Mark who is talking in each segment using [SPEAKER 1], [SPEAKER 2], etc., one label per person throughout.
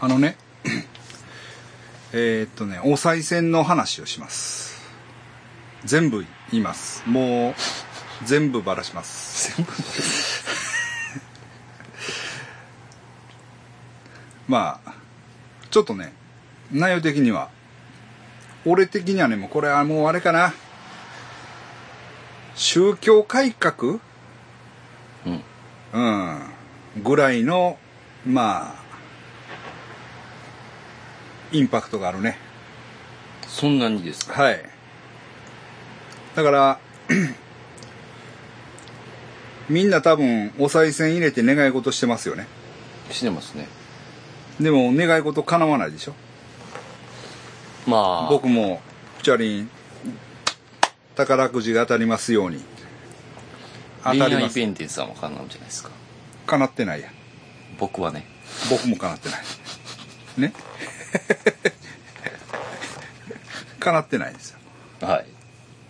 [SPEAKER 1] あのね えーっとねお賽銭の話をします全部言いますもう全部ばらします全部 まあちょっとね内容的には俺的にはねもうこれはもうあれかな宗教改革
[SPEAKER 2] うん
[SPEAKER 1] うんぐらいのまあインパクトがあるね
[SPEAKER 2] そんなにですか
[SPEAKER 1] はいだから みんな多分お賽銭入れて願い事してますよね
[SPEAKER 2] してますね
[SPEAKER 1] でも願い事叶わないでしょ
[SPEAKER 2] まあ
[SPEAKER 1] 僕もチャリン宝くじが当たりますように当
[SPEAKER 2] 恋
[SPEAKER 1] たり
[SPEAKER 2] 愛
[SPEAKER 1] ま
[SPEAKER 2] ペ
[SPEAKER 1] す
[SPEAKER 2] ンテンさんはかなうんじゃないですか
[SPEAKER 1] 叶ってないや
[SPEAKER 2] 僕はね
[SPEAKER 1] 僕も叶ってないね 叶ってないんですよ
[SPEAKER 2] は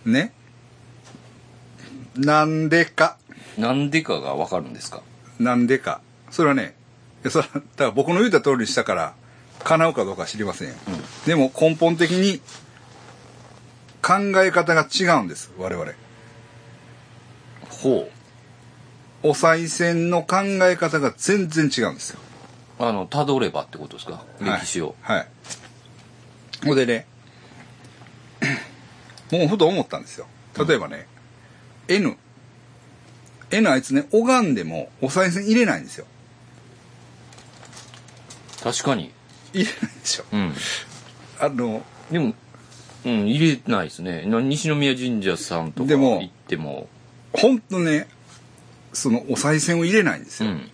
[SPEAKER 1] ねなんでか
[SPEAKER 2] いなんでかがわかるんですか
[SPEAKER 1] なんでかそれはねいやそれはだから僕の言った通りにしたから叶うかどうかは知りませんよ、でも根本的に考え方が違うんです我々
[SPEAKER 2] ほ
[SPEAKER 1] お賽銭の考え方が全然違うんですよ
[SPEAKER 2] うあのたどればってことですか歴史を
[SPEAKER 1] はい、はいほんでね もうふと思ったんですよ例えばね、N N あいつね拝んでもお賽銭入れないんですよ
[SPEAKER 2] 確かに
[SPEAKER 1] 入れないでしょ
[SPEAKER 2] うん
[SPEAKER 1] あの
[SPEAKER 2] でもうん入れないですねな西宮神社さんとか
[SPEAKER 1] でも
[SPEAKER 2] 行っても
[SPEAKER 1] ほんとねそのお賽銭を入れないんです
[SPEAKER 2] う
[SPEAKER 1] よ、
[SPEAKER 2] ん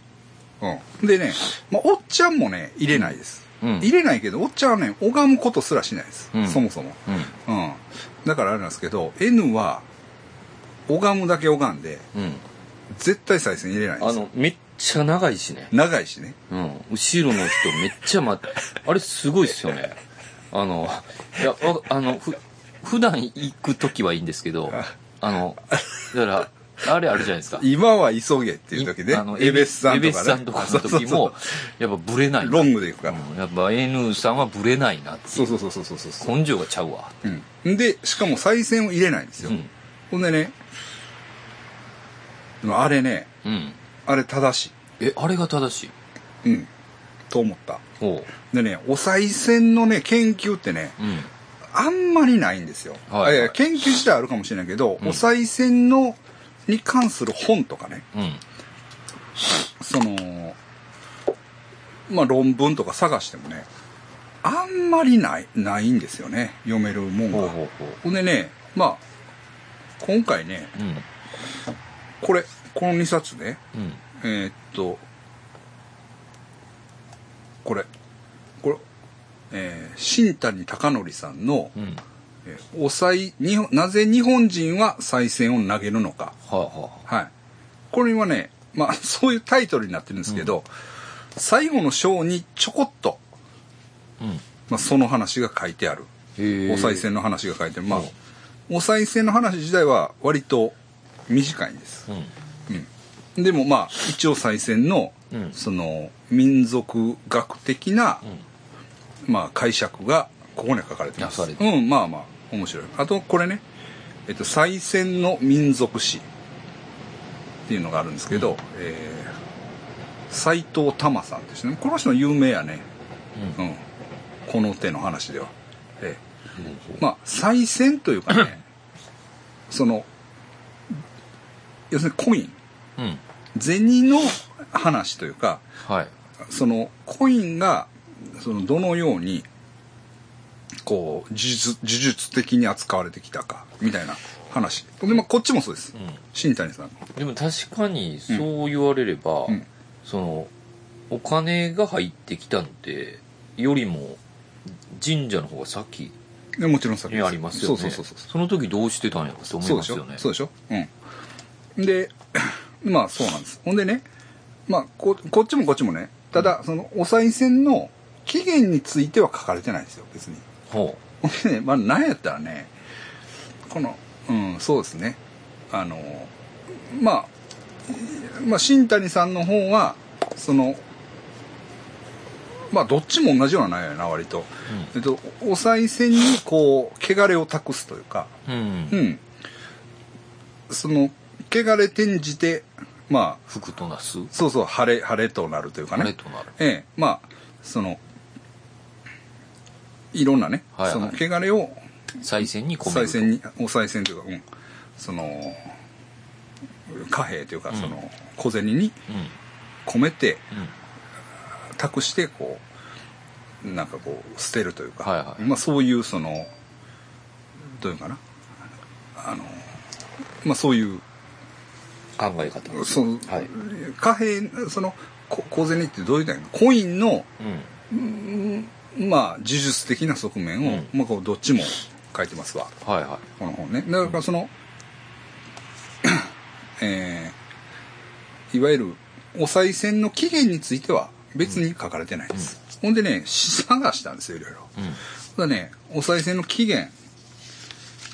[SPEAKER 1] うんでね、まあ、おっちゃんもね入れないです、
[SPEAKER 2] うん
[SPEAKER 1] 入れないけどおっちゃんはね拝むことすらしないです、
[SPEAKER 2] うん
[SPEAKER 1] そもそも、
[SPEAKER 2] う
[SPEAKER 1] うん、だからあれなんですけど N は拝むだけ拝んで
[SPEAKER 2] んうん
[SPEAKER 1] 絶対再生入れないんで
[SPEAKER 2] あ
[SPEAKER 1] すよ
[SPEAKER 2] のめっちゃ長いしね
[SPEAKER 1] 長いしね
[SPEAKER 2] うん後ろの人めっちゃ待ってあれすごいっすよねあのいやわあのふ普段行く時はいいんですけどあのだからあれあるじゃないですか
[SPEAKER 1] 今は急げっていう時ね
[SPEAKER 2] あの
[SPEAKER 1] エベスさんとかね
[SPEAKER 2] エベスさんとかの時
[SPEAKER 1] そう
[SPEAKER 2] も
[SPEAKER 1] そう
[SPEAKER 2] やっぱブレない
[SPEAKER 1] そう
[SPEAKER 2] な
[SPEAKER 1] ロングでいくから、
[SPEAKER 2] うんやっぱ N さんはブレないなって
[SPEAKER 1] そうそうそうそうそうそうそう
[SPEAKER 2] 根性がちゃうわ
[SPEAKER 1] うん、でしかも再生を入れないんですよ、
[SPEAKER 2] うん
[SPEAKER 1] ほんでねでもあれね
[SPEAKER 2] うん
[SPEAKER 1] あれ正し
[SPEAKER 2] えあれが正しい
[SPEAKER 1] いうんと思った
[SPEAKER 2] ほ
[SPEAKER 1] でねお賽銭のね研究ってね
[SPEAKER 2] ううん
[SPEAKER 1] あんまりないんですよ、
[SPEAKER 2] はいはい
[SPEAKER 1] やや研究自体あるかもしれないけど、お賽銭のに関する本とかね
[SPEAKER 2] うん
[SPEAKER 1] そのまあ論文とか探してもねあんまりないないんですよね読めるもんが
[SPEAKER 2] ほうほうほ
[SPEAKER 1] ほんでねまあ今回ね
[SPEAKER 2] ううん
[SPEAKER 1] これこの2冊ね
[SPEAKER 2] うん
[SPEAKER 1] えーっとこれこれ、えー新谷隆則さんの
[SPEAKER 2] うん
[SPEAKER 1] 「えーおさい日本なぜ日本人は賽銭を投げるのか」
[SPEAKER 2] はあは
[SPEAKER 1] はい、これはね、まあ、 そういうタイトルになってるんですけど、最後の章にちょこっと、
[SPEAKER 2] あうん
[SPEAKER 1] まあ、その話が書いてある、
[SPEAKER 2] へえ
[SPEAKER 1] お賽銭の話が書いてある、まあ
[SPEAKER 2] うん、
[SPEAKER 1] お賽銭の話自体は割と短いんです、
[SPEAKER 2] うん
[SPEAKER 1] でもまあ一応賽銭の、
[SPEAKER 2] うん
[SPEAKER 1] その民族学的な、まあ、解釈がここには書かれてます
[SPEAKER 2] なされて
[SPEAKER 1] うんまあまあ面白いあとこれね「えっと、再選の民族史」っていうのがあるんですけど、えー斉藤玉さんですねこの人有名やね、うんこの手の話では、ええまあ再選というか ねその要するにコイン
[SPEAKER 2] うん
[SPEAKER 1] 銭の話というか
[SPEAKER 2] はい
[SPEAKER 1] そのコインがそのどのようにこう呪術呪術的に扱われてきたかみたいな話で、まあ、こっちもそうです、
[SPEAKER 2] ん
[SPEAKER 1] 新谷さんの
[SPEAKER 2] でも確かにそう言われれば、
[SPEAKER 1] ん
[SPEAKER 2] そのお金が入ってきたのでよりも神社の方が先
[SPEAKER 1] でもちろんさっき
[SPEAKER 2] にありますよね
[SPEAKER 1] そうそうそうそう
[SPEAKER 2] その時どうしてたんやろって思い
[SPEAKER 1] そう
[SPEAKER 2] ま
[SPEAKER 1] ですしょ
[SPEAKER 2] よね
[SPEAKER 1] そうでしょうんで まあそうなんですほんでねまあここっちもこっちもねただそのお賽銭の起源については書かれてないんですよ別に
[SPEAKER 2] ほ
[SPEAKER 1] ほんでね、 まあ、なんやったらね、この、うん、そうですね。あの、まあ、まあ、新谷さんの方は、その、まあどっちも同じような内容やな割と、えっとお賽銭にこう汚れを託すというか
[SPEAKER 2] うん
[SPEAKER 1] う。んその汚れ転じてまあ
[SPEAKER 2] 服となす。
[SPEAKER 1] そうそう晴れ晴れとなるというか
[SPEAKER 2] 晴れ
[SPEAKER 1] ね
[SPEAKER 2] となる。
[SPEAKER 1] ええまあそのいろんなね、
[SPEAKER 2] はいはい
[SPEAKER 1] その汚れを
[SPEAKER 2] 再銭に込め
[SPEAKER 1] 再
[SPEAKER 2] る。
[SPEAKER 1] 選にお賽銭というか、うん、その貨幣というか、その小銭に
[SPEAKER 2] うん。
[SPEAKER 1] 込めて
[SPEAKER 2] うん。
[SPEAKER 1] 託してこうなんかこう捨てるというか、
[SPEAKER 2] はいはい
[SPEAKER 1] まあ、そういうそのどういうのかなあの、まあ、そういう
[SPEAKER 2] 考え方。
[SPEAKER 1] その、
[SPEAKER 2] はい
[SPEAKER 1] 貨幣そのこ小銭ってどういうのやコインの、
[SPEAKER 2] うん。
[SPEAKER 1] まあ、呪術的な側面を、
[SPEAKER 2] うん
[SPEAKER 1] まあ、こうどっちも書いてますわ
[SPEAKER 2] はいは
[SPEAKER 1] この本ねだからその、 えーいわゆるお賽銭の起源については別に書かれてないです、ほんでね探したんですよいろいろ
[SPEAKER 2] い。うん。
[SPEAKER 1] ただねお賽銭の起源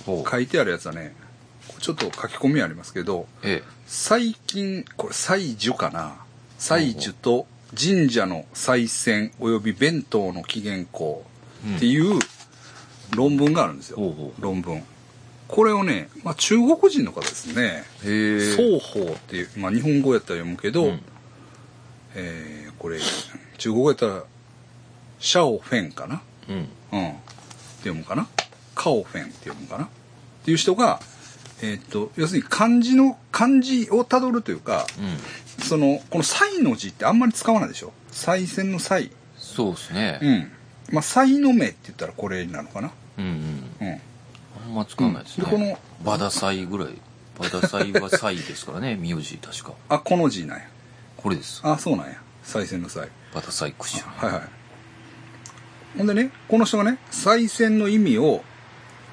[SPEAKER 2] ほう。
[SPEAKER 1] 書いてあるやつはねちょっと書き込みありますけど
[SPEAKER 2] え
[SPEAKER 1] 最近これ祭樹かな祭樹と神社の祭銭および弁当の起源校っていう論文があるんですよ、
[SPEAKER 2] ほうほう
[SPEAKER 1] 論文これをね、まあ、中国人の方ですね
[SPEAKER 2] え。へえ。
[SPEAKER 1] 双方っていう、まあ、日本語やったら読むけど、
[SPEAKER 2] うん
[SPEAKER 1] えーこれ中国語やったらシャオフェンかな
[SPEAKER 2] うん。
[SPEAKER 1] うん、って読むかなカオフェンって読むかなっていう人が、えーっと要するに漢字の漢字をたどるというか
[SPEAKER 2] うん。
[SPEAKER 1] そのこの「才」の字ってあんまり使わないでしょ再選の「才
[SPEAKER 2] そうです」ね
[SPEAKER 1] う。んまあ「才の目」って言ったらこれなのかな
[SPEAKER 2] うんうん。
[SPEAKER 1] うん
[SPEAKER 2] あんま使わないですね。
[SPEAKER 1] うんでこ
[SPEAKER 2] バダサイぐらい。バダサイはサイですから ね、名字確か。
[SPEAKER 1] あこの字なんや
[SPEAKER 2] これです。
[SPEAKER 1] あそうなんや再選の「才」
[SPEAKER 2] バダサイクシ
[SPEAKER 1] はいはいほんでねこの人がね再選の意味を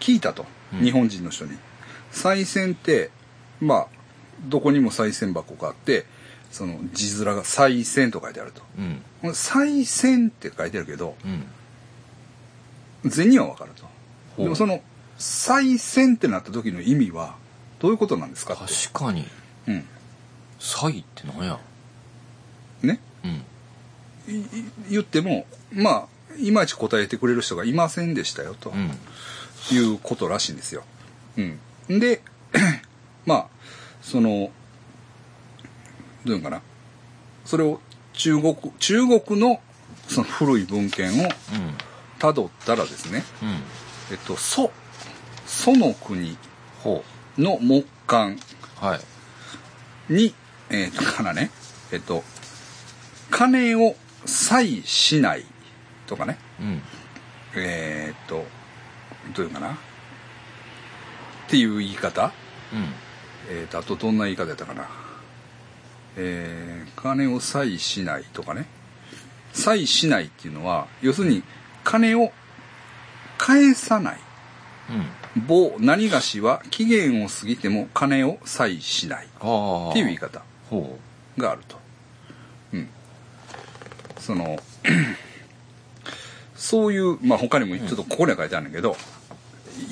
[SPEAKER 1] 聞いたと、
[SPEAKER 2] うん
[SPEAKER 1] 日本人の人に再選ってまあどこにも再選箱があってその字面が「再選」と書いてあると
[SPEAKER 2] うん。
[SPEAKER 1] この「再選」って書いてあるけど
[SPEAKER 2] うん。
[SPEAKER 1] 銭は分かると
[SPEAKER 2] ほう
[SPEAKER 1] でもその「再選」ってなった時の意味はどういうことなんですかって
[SPEAKER 2] 確かに、
[SPEAKER 1] うん
[SPEAKER 2] サイってなんや。
[SPEAKER 1] ね
[SPEAKER 2] うん。
[SPEAKER 1] いい言ってもまあいまいち答えてくれる人がいませんでしたよと、
[SPEAKER 2] うん。
[SPEAKER 1] いうことらしいんですよ。うん。で、 まあ、その、どういうのかな。それを中国、中国のその古い文献を
[SPEAKER 2] うん。
[SPEAKER 1] たどったらですね、
[SPEAKER 2] うん。
[SPEAKER 1] えっと、祖、祖の国
[SPEAKER 2] ほ
[SPEAKER 1] の木簡
[SPEAKER 2] う。はい。
[SPEAKER 1] に、えっと、からね、えっと、金を祭しないとかね、
[SPEAKER 2] うん。
[SPEAKER 1] えーっと、どういうのかな。っていう言い方
[SPEAKER 2] うん。
[SPEAKER 1] えー、とあとどんな言い方やったかな、えー金を採しないとかね採しないっていうのは要するに金を返さない
[SPEAKER 2] うん。
[SPEAKER 1] 某何がしは期限を過ぎても金を採しないっ
[SPEAKER 2] ああ。
[SPEAKER 1] ていう言い。方
[SPEAKER 2] ほ
[SPEAKER 1] があるとうんその そういうまあ他にもちょっとここには書いてあるんだけど、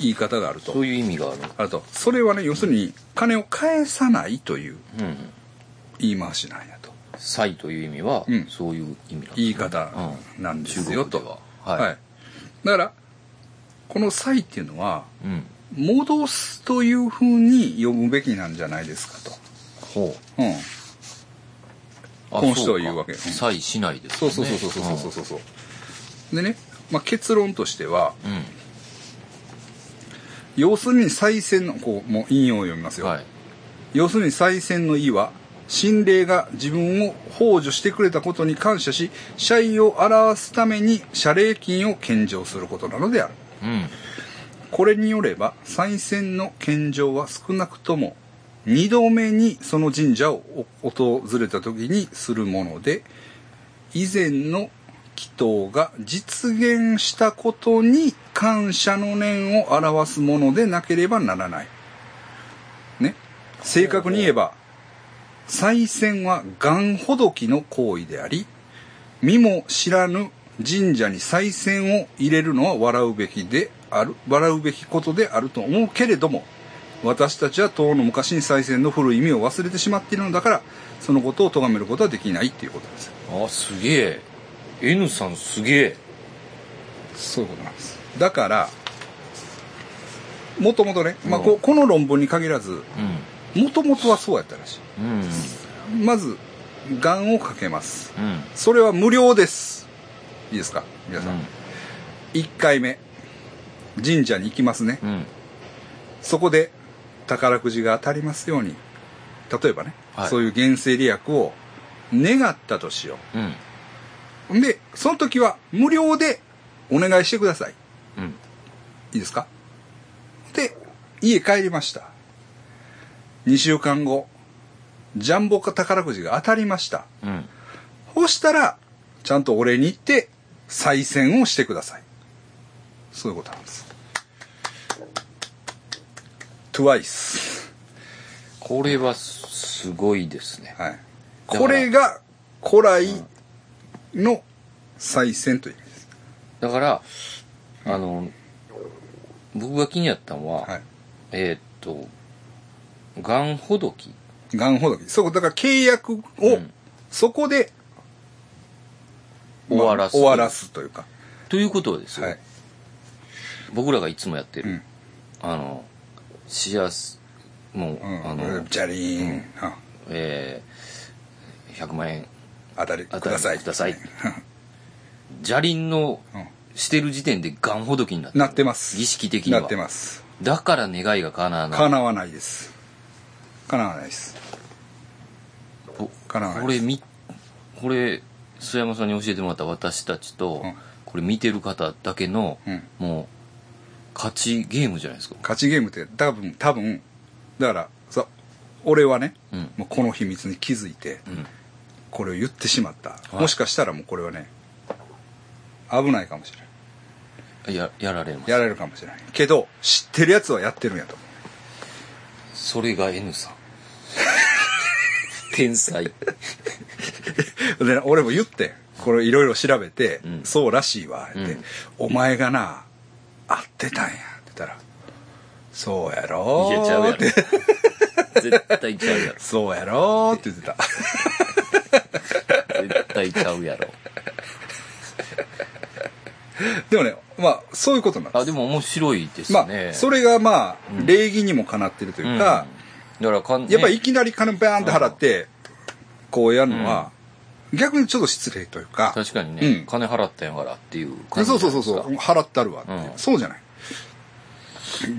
[SPEAKER 1] 言い方がある
[SPEAKER 2] う。
[SPEAKER 1] と
[SPEAKER 2] そういう意味がある。
[SPEAKER 1] あるとそれはね要するに金を返さないという
[SPEAKER 2] うん。
[SPEAKER 1] 言い回しなんやと
[SPEAKER 2] サイという意味は、
[SPEAKER 1] うん
[SPEAKER 2] そういう意味なんですね
[SPEAKER 1] 言い方なんですよ、
[SPEAKER 2] うん
[SPEAKER 1] と
[SPEAKER 2] 中国でははい
[SPEAKER 1] だからこの「歳」っていうのは
[SPEAKER 2] うん。
[SPEAKER 1] 「戻す」というふうに呼ぶべきなんじゃないですかと、
[SPEAKER 2] ほう。
[SPEAKER 1] うん、
[SPEAKER 2] あ
[SPEAKER 1] この人は言うわけ
[SPEAKER 2] そかサイしないです
[SPEAKER 1] そ
[SPEAKER 2] も
[SPEAKER 1] うん
[SPEAKER 2] ね。
[SPEAKER 1] そうそうそうそうそうそうそう、でね、まあ、結論としては
[SPEAKER 2] うん。うん。
[SPEAKER 1] 要するに再選のこうもう引用を読みますよ、
[SPEAKER 2] はい。
[SPEAKER 1] 要するに再選の意は心霊が自分を幇助してくれたことに感謝し謝意を表すために謝礼金を献上することなのである
[SPEAKER 2] うん。
[SPEAKER 1] これによれば再選の献上は少なくとも2度目にその神社を訪れた時にするもので以前の祈祷が実現したことに感謝の念を表すものでなければならない。ね。正確に言えば再選は願ほどきの行為であり身も知らぬ神社に再選を入れるのは笑うべきである笑うべきことであると思うけれども私たちは遠の昔に再選の古い意味を忘れてしまっているのだからそのことを咎めることはできないっていうことです
[SPEAKER 2] あ、すげえ。 N さんすげえ。
[SPEAKER 1] そういうことなんですだからもともとね、まあ、ここの論文に限らずもともとはそうやったらし
[SPEAKER 2] うん。うん。
[SPEAKER 1] いまずがんをかけます
[SPEAKER 2] うん。
[SPEAKER 1] それは無料ですいいですか皆さん、1回目神社に行きますね、
[SPEAKER 2] うん。うん。
[SPEAKER 1] そこで宝くじが当たりますように例えばね、
[SPEAKER 2] はい
[SPEAKER 1] そういう原生利益を願ったとしよ
[SPEAKER 2] うん。
[SPEAKER 1] うでその時は無料でお願いしてください
[SPEAKER 2] うん。
[SPEAKER 1] いいですかで、家帰りました。2週間後、ジャンボ宝くじが当たりました。
[SPEAKER 2] うん。
[SPEAKER 1] そしたら、ちゃんとお礼に行って、再選をしてください。そういうことなんです。twice。
[SPEAKER 2] これはすごいですね。
[SPEAKER 1] はい。これが古来の再選という意味です。
[SPEAKER 2] だから、あの、僕が気になったのは、
[SPEAKER 1] は
[SPEAKER 2] えーっと、がんほどき。
[SPEAKER 1] い。がんほどき。そう、だから契約を、
[SPEAKER 2] うん
[SPEAKER 1] そこで、
[SPEAKER 2] 終わらす
[SPEAKER 1] まあ終わらすというか。
[SPEAKER 2] ということはですよ、
[SPEAKER 1] はい。
[SPEAKER 2] 僕らがいつもやって
[SPEAKER 1] う
[SPEAKER 2] る、
[SPEAKER 1] ん。
[SPEAKER 2] あの、幸せ、も
[SPEAKER 1] う
[SPEAKER 2] う、
[SPEAKER 1] ん、
[SPEAKER 2] あの、
[SPEAKER 1] ジャリーン、あ
[SPEAKER 2] えー、100万円、
[SPEAKER 1] 当たり
[SPEAKER 2] 当
[SPEAKER 1] く
[SPEAKER 2] たり
[SPEAKER 1] ださい
[SPEAKER 2] ください砂利の
[SPEAKER 1] う
[SPEAKER 2] してる時点でがんほどきになって
[SPEAKER 1] ん、
[SPEAKER 2] る
[SPEAKER 1] なってます
[SPEAKER 2] 儀式的に
[SPEAKER 1] な
[SPEAKER 2] は。
[SPEAKER 1] ってます
[SPEAKER 2] だから願いが叶わない。
[SPEAKER 1] 叶わないです叶わないです
[SPEAKER 2] お
[SPEAKER 1] 叶わない
[SPEAKER 2] これみ、これ、須山さんに教えてもらった私たちと、
[SPEAKER 1] うん
[SPEAKER 2] これ見てる方だけの、
[SPEAKER 1] うん
[SPEAKER 2] もう、勝ちゲームじゃないですか。
[SPEAKER 1] 勝ちゲームって多分多分だからさ俺はね、
[SPEAKER 2] うん
[SPEAKER 1] もうこの秘密に気づいて
[SPEAKER 2] うん。
[SPEAKER 1] これを言ってしまった、
[SPEAKER 2] はい
[SPEAKER 1] もしかしたらもうこれはね危ないかもしれない
[SPEAKER 2] や、やられます。
[SPEAKER 1] やられるかもしれないけど知ってるやつはやってるんやと
[SPEAKER 2] それが N さん。天才。
[SPEAKER 1] で俺も言ってこれいろいろ調べて、
[SPEAKER 2] うん
[SPEAKER 1] そうらしいわって、
[SPEAKER 2] うん
[SPEAKER 1] お前がな会ってたんやって言ったら「そうやろ」
[SPEAKER 2] いや、ちゃうや
[SPEAKER 1] っ
[SPEAKER 2] ろ。
[SPEAKER 1] て
[SPEAKER 2] 絶対ちゃうや
[SPEAKER 1] 「そうやろ」って言ってた
[SPEAKER 2] ろ。絶対ちゃうやろ。
[SPEAKER 1] でもねまあそういうことなんで
[SPEAKER 2] あ、
[SPEAKER 1] す
[SPEAKER 2] でも面白いです
[SPEAKER 1] ま
[SPEAKER 2] ね。
[SPEAKER 1] あそれがまあ、
[SPEAKER 2] うん
[SPEAKER 1] 礼儀にもかなってるというか、
[SPEAKER 2] うん、だからかん、
[SPEAKER 1] やっぱ
[SPEAKER 2] ね
[SPEAKER 1] いきなり金バーンって払ってこうやるのは、逆にちょっと失礼というか
[SPEAKER 2] 確かにね、
[SPEAKER 1] うん
[SPEAKER 2] 金払ったんやからっていう
[SPEAKER 1] で
[SPEAKER 2] 感じじ
[SPEAKER 1] そ
[SPEAKER 2] ゃ
[SPEAKER 1] うそう
[SPEAKER 2] ない
[SPEAKER 1] そう
[SPEAKER 2] です
[SPEAKER 1] そう
[SPEAKER 2] か
[SPEAKER 1] 払ったるわっていう、
[SPEAKER 2] うん
[SPEAKER 1] そうじゃない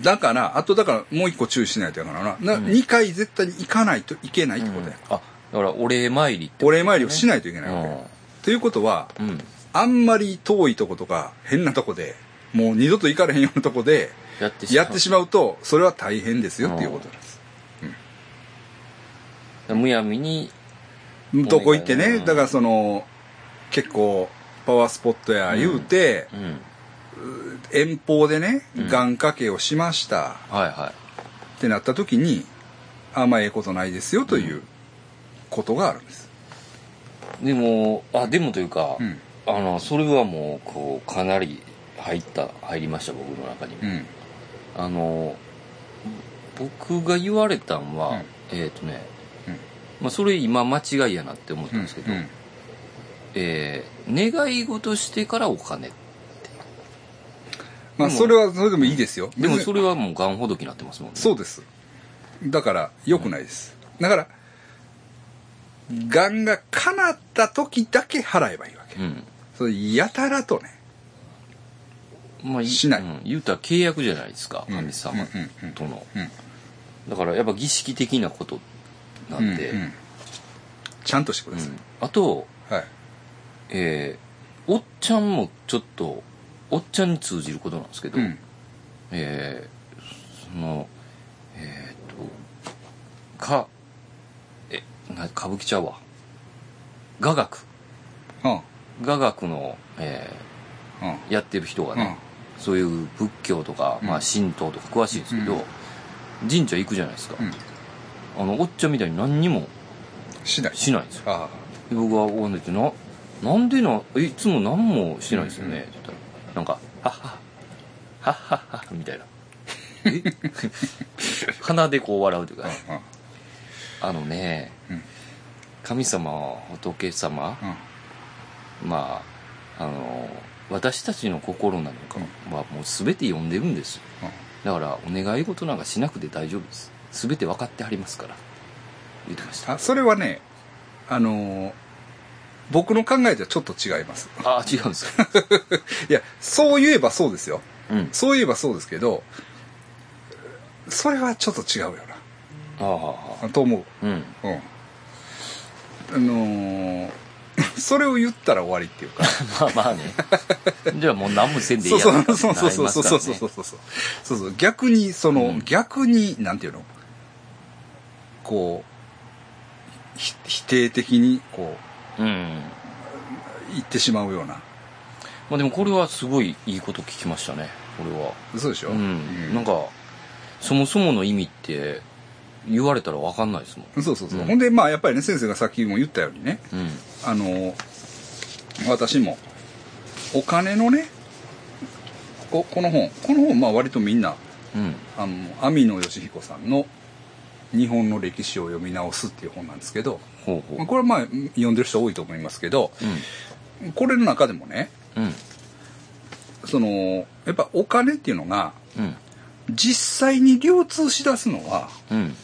[SPEAKER 1] だからあとだからもう一個注意しないとやからなな、
[SPEAKER 2] うん
[SPEAKER 1] 2回絶対に行かないといけないってことだよ、
[SPEAKER 2] あだからお礼参りって
[SPEAKER 1] お礼参りをしないといけないわけ、
[SPEAKER 2] う
[SPEAKER 1] ということは
[SPEAKER 2] ん、うん、
[SPEAKER 1] あんまり遠いとことか変なとこでもう二度と行かれへんようなとこで
[SPEAKER 2] やってし
[SPEAKER 1] やってし
[SPEAKER 2] ま
[SPEAKER 1] まうとそれは大変ですよっていうことなんです、
[SPEAKER 2] うむやみにん
[SPEAKER 1] どこ行ってね、
[SPEAKER 2] うん
[SPEAKER 1] だからその結構パワースポットや言うて、
[SPEAKER 2] うん
[SPEAKER 1] 遠方でね
[SPEAKER 2] うん
[SPEAKER 1] 願掛けをしました、
[SPEAKER 2] はいは
[SPEAKER 1] ってなった時にあんまええことないですよということがあるんです、
[SPEAKER 2] いでもあでもというか、
[SPEAKER 1] うん
[SPEAKER 2] あのそれはもうこうかなり入った入りました僕の中にも、
[SPEAKER 1] うん
[SPEAKER 2] あの僕が言われたんは、
[SPEAKER 1] うん
[SPEAKER 2] えっ、とね、
[SPEAKER 1] うん
[SPEAKER 2] まあ、それ今間違いやなって思った
[SPEAKER 1] うんん
[SPEAKER 2] ですけど、えー願い事してからお金
[SPEAKER 1] まあ
[SPEAKER 2] でも
[SPEAKER 1] それはそれでもいいですよ
[SPEAKER 2] でも
[SPEAKER 1] 別に
[SPEAKER 2] それはもうがんほどきになってますもんね
[SPEAKER 1] そうですだから良くないです、だから願が叶った時だけ払えばいいわけ、
[SPEAKER 2] うん
[SPEAKER 1] それやたらとね
[SPEAKER 2] まあ、
[SPEAKER 1] しない
[SPEAKER 2] うん、言うたら契約じゃないですか神様
[SPEAKER 1] うん
[SPEAKER 2] との、
[SPEAKER 1] うんうん
[SPEAKER 2] だからやっぱ儀式的なことなんで、
[SPEAKER 1] うんうんちゃんとしてください、
[SPEAKER 2] うんあと
[SPEAKER 1] はい
[SPEAKER 2] えーおっちゃんもちょっとおっちゃんに通じることなんですけど、
[SPEAKER 1] うん
[SPEAKER 2] えーそのえーっとかえな歌舞伎ちゃうわ雅楽
[SPEAKER 1] うん
[SPEAKER 2] 雅楽の、え
[SPEAKER 1] うん
[SPEAKER 2] ーやってる人が
[SPEAKER 1] う
[SPEAKER 2] ね、
[SPEAKER 1] ん
[SPEAKER 2] そういう仏教とか、
[SPEAKER 1] うん
[SPEAKER 2] まあ、神道とか詳しいんですけど、神社行くじゃないですか、
[SPEAKER 1] うん
[SPEAKER 2] あのおっちゃんみたいに何にも
[SPEAKER 1] しない
[SPEAKER 2] しないんですよ
[SPEAKER 1] あ
[SPEAKER 2] で僕はおんでてななんでなえいつも何もしてないですよね、って言ったらなんか「はっははっはっは」みたいなえ鼻でこう笑うというか
[SPEAKER 1] あうん
[SPEAKER 2] あのね、
[SPEAKER 1] うん
[SPEAKER 2] 神様仏様、
[SPEAKER 1] うん
[SPEAKER 2] まああの私たちの心なんかはもう全て読んでるんですよだからお願い事なんかしなくて大丈夫です全て分かってはりますから言ってました
[SPEAKER 1] あそれはねあのー僕の考えじゃちょっと違います
[SPEAKER 2] ああ違うんですか
[SPEAKER 1] いやそう言えばそうですよ
[SPEAKER 2] うん
[SPEAKER 1] そういえばそうですけどそれはちょっと違うよ
[SPEAKER 2] あ
[SPEAKER 1] なと思う
[SPEAKER 2] あうん
[SPEAKER 1] うんあのー それを言ったら終わりっていうか
[SPEAKER 2] まあまあねじゃあもう何もせんでいい
[SPEAKER 1] そう
[SPEAKER 2] や
[SPEAKER 1] そうそうそうそうそうそうそうそ
[SPEAKER 2] う
[SPEAKER 1] うそうそうそう逆にその、
[SPEAKER 2] うん
[SPEAKER 1] 逆になんていうのこうひ否定的にこ
[SPEAKER 2] うん
[SPEAKER 1] う言ってしまうような
[SPEAKER 2] まあでもこれはすごいいいこと聞きましたねこれは
[SPEAKER 1] そうでしょ、
[SPEAKER 2] うんなんかそもそもの意味って言われたら分かんないですもん
[SPEAKER 1] そうそうそう、
[SPEAKER 2] うん
[SPEAKER 1] ほんでまあやっぱりね先生がさっきも言ったようにね
[SPEAKER 2] うん
[SPEAKER 1] あの私もお金のねここの本この本まあ割とみんな
[SPEAKER 2] うん
[SPEAKER 1] あの網野義彦さんの「日本の歴史を読み直す」っていう本なんですけど
[SPEAKER 2] ほうほ
[SPEAKER 1] まあ
[SPEAKER 2] う
[SPEAKER 1] これはまあ読んでる人多いと思いますけど
[SPEAKER 2] う
[SPEAKER 1] これの中でもね
[SPEAKER 2] んうん
[SPEAKER 1] そのやっぱお金っていうのが
[SPEAKER 2] うん
[SPEAKER 1] 実際に流通しだすのは、
[SPEAKER 2] うん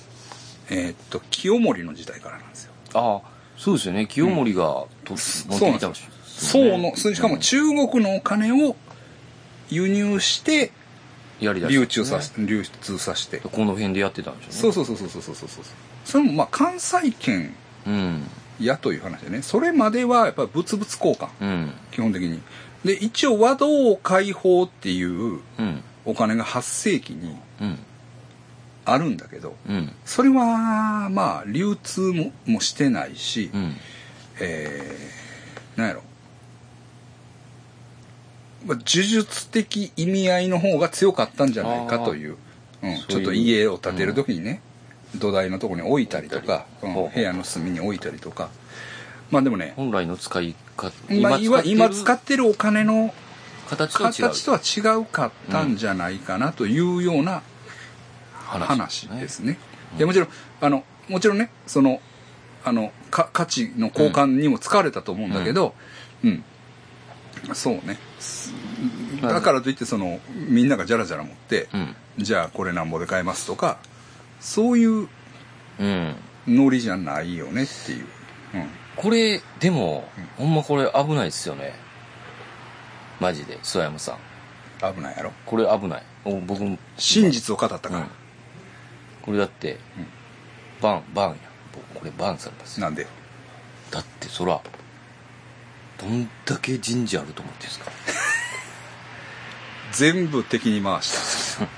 [SPEAKER 1] えーっと清盛の時代からなんですよ。
[SPEAKER 2] ああそうですよね清盛がと、持ってきたらしいです
[SPEAKER 1] 宋
[SPEAKER 2] よね
[SPEAKER 1] のそれしかも中国のお金を輸入して
[SPEAKER 2] やりだした
[SPEAKER 1] 流
[SPEAKER 2] んですね
[SPEAKER 1] 通させ、流通させて
[SPEAKER 2] この辺でやってたんでしょ
[SPEAKER 1] そう
[SPEAKER 2] そ
[SPEAKER 1] そうそうそうそうそうそうそうそれもまあ関西圏
[SPEAKER 2] ううん
[SPEAKER 1] やという話でねそれまではやっぱり物々交換
[SPEAKER 2] うん
[SPEAKER 1] 基本的にで一応和道開放っていう
[SPEAKER 2] うん
[SPEAKER 1] お金が8世紀に
[SPEAKER 2] うん
[SPEAKER 1] あるんだけど
[SPEAKER 2] うん
[SPEAKER 1] それはまあ流通ももしてないし、
[SPEAKER 2] うん
[SPEAKER 1] えー、なんやろまあ呪術的意味合いの方が強かったんじゃないかという、うん、
[SPEAKER 2] そういう
[SPEAKER 1] ちょっと家を建てる時にね、土台のところに置いたりとか、
[SPEAKER 2] 置いたり
[SPEAKER 1] うん
[SPEAKER 2] ほうほう
[SPEAKER 1] 部屋の隅に置いたりとかまあでもね
[SPEAKER 2] 本来の使い方
[SPEAKER 1] 今今
[SPEAKER 2] 使ってる
[SPEAKER 1] 今使ってるお金の
[SPEAKER 2] 形とは違う
[SPEAKER 1] 形とは違うかったんじゃないかなというような話ですね。いやもちろんあのもちろんねそのあのか価値の交換にも使われたと思うんだけど、うん、そうね。すだからといってそのみんながじゃらじゃら持って、
[SPEAKER 2] うん
[SPEAKER 1] じゃあこれなんぼで買えますとかそういう
[SPEAKER 2] うん
[SPEAKER 1] ノリじゃないよねっていう。うん
[SPEAKER 2] これでも、ほんまこれ危ないですよねマジで諏訪山さん
[SPEAKER 1] 危ないやろ
[SPEAKER 2] これ危ないお僕も
[SPEAKER 1] 真実を語ったから、
[SPEAKER 2] うんこれだって、
[SPEAKER 1] うん
[SPEAKER 2] バンバンや僕これバンされますよ
[SPEAKER 1] なんで
[SPEAKER 2] だってそらどんだけ人事あると思ってるんですか
[SPEAKER 1] 全部敵に回した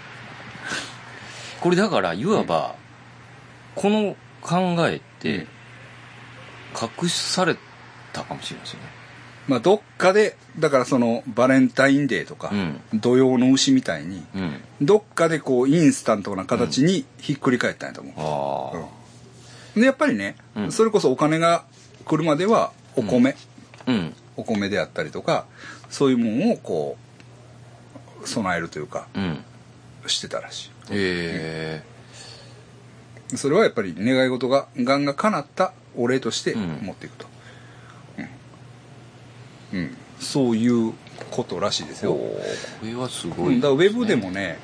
[SPEAKER 2] これだからいわば、この考えって隠されたかもしれないですよね
[SPEAKER 1] まあ、どっかでだからそのバレンタインデーとか、土曜の牛みたいに
[SPEAKER 2] うんうん
[SPEAKER 1] どっかでこうインスタントな形にひっくり返ったんやと思う、
[SPEAKER 2] ああ
[SPEAKER 1] でやっぱりね、
[SPEAKER 2] うん
[SPEAKER 1] それこそお金が来るまではお米、
[SPEAKER 2] うん
[SPEAKER 1] お米であったりとかそういうもんをこう備えるというか
[SPEAKER 2] うん
[SPEAKER 1] してたらし
[SPEAKER 2] え
[SPEAKER 1] いそれはやっぱり願い事が願が叶ったお礼として
[SPEAKER 2] うん
[SPEAKER 1] 持っていくと、うんうんそういうことらしいです
[SPEAKER 2] え
[SPEAKER 1] よ
[SPEAKER 2] これはすご
[SPEAKER 1] う
[SPEAKER 2] い、
[SPEAKER 1] ん、だからウェブでもね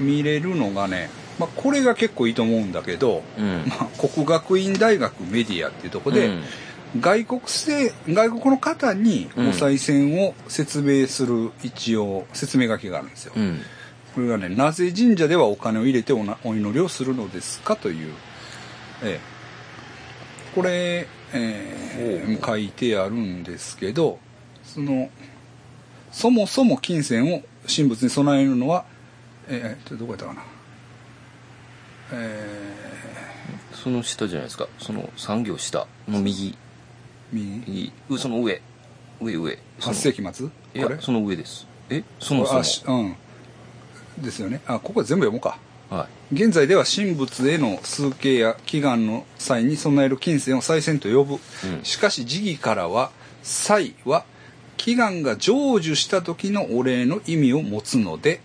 [SPEAKER 1] 見れるのがね、まあ、これが結構いいと思うんだけど、
[SPEAKER 2] うん
[SPEAKER 1] まあ、国学院大学メディアっていうとこで、
[SPEAKER 2] うん
[SPEAKER 1] 外国生外国の方にお賽銭を説明する一応説明書きがあるんですよ、
[SPEAKER 2] うん
[SPEAKER 1] これがね「なぜ神社ではお金を入れておなお祈りをするのですか?」という、ええ、これ、ええ書いてあるんですけどそのそもそも金銭を神仏に備えるのは、ええちょっとどこやったかな、え
[SPEAKER 2] その下じゃないですかその産業下の右
[SPEAKER 1] え右
[SPEAKER 2] 右うその上上上
[SPEAKER 1] 8
[SPEAKER 2] その
[SPEAKER 1] 世紀末こ
[SPEAKER 2] い
[SPEAKER 1] れ
[SPEAKER 2] やその上ですえそもそ
[SPEAKER 1] あし
[SPEAKER 2] も
[SPEAKER 1] うんですよねあここは全部読もうか
[SPEAKER 2] は
[SPEAKER 1] 現在では神仏への崇敬や祈願の際に備える金銭を祭銭と呼ぶ、
[SPEAKER 2] うん
[SPEAKER 1] しかし時義からは祭は祈願が成就した時のお礼の意味を持つので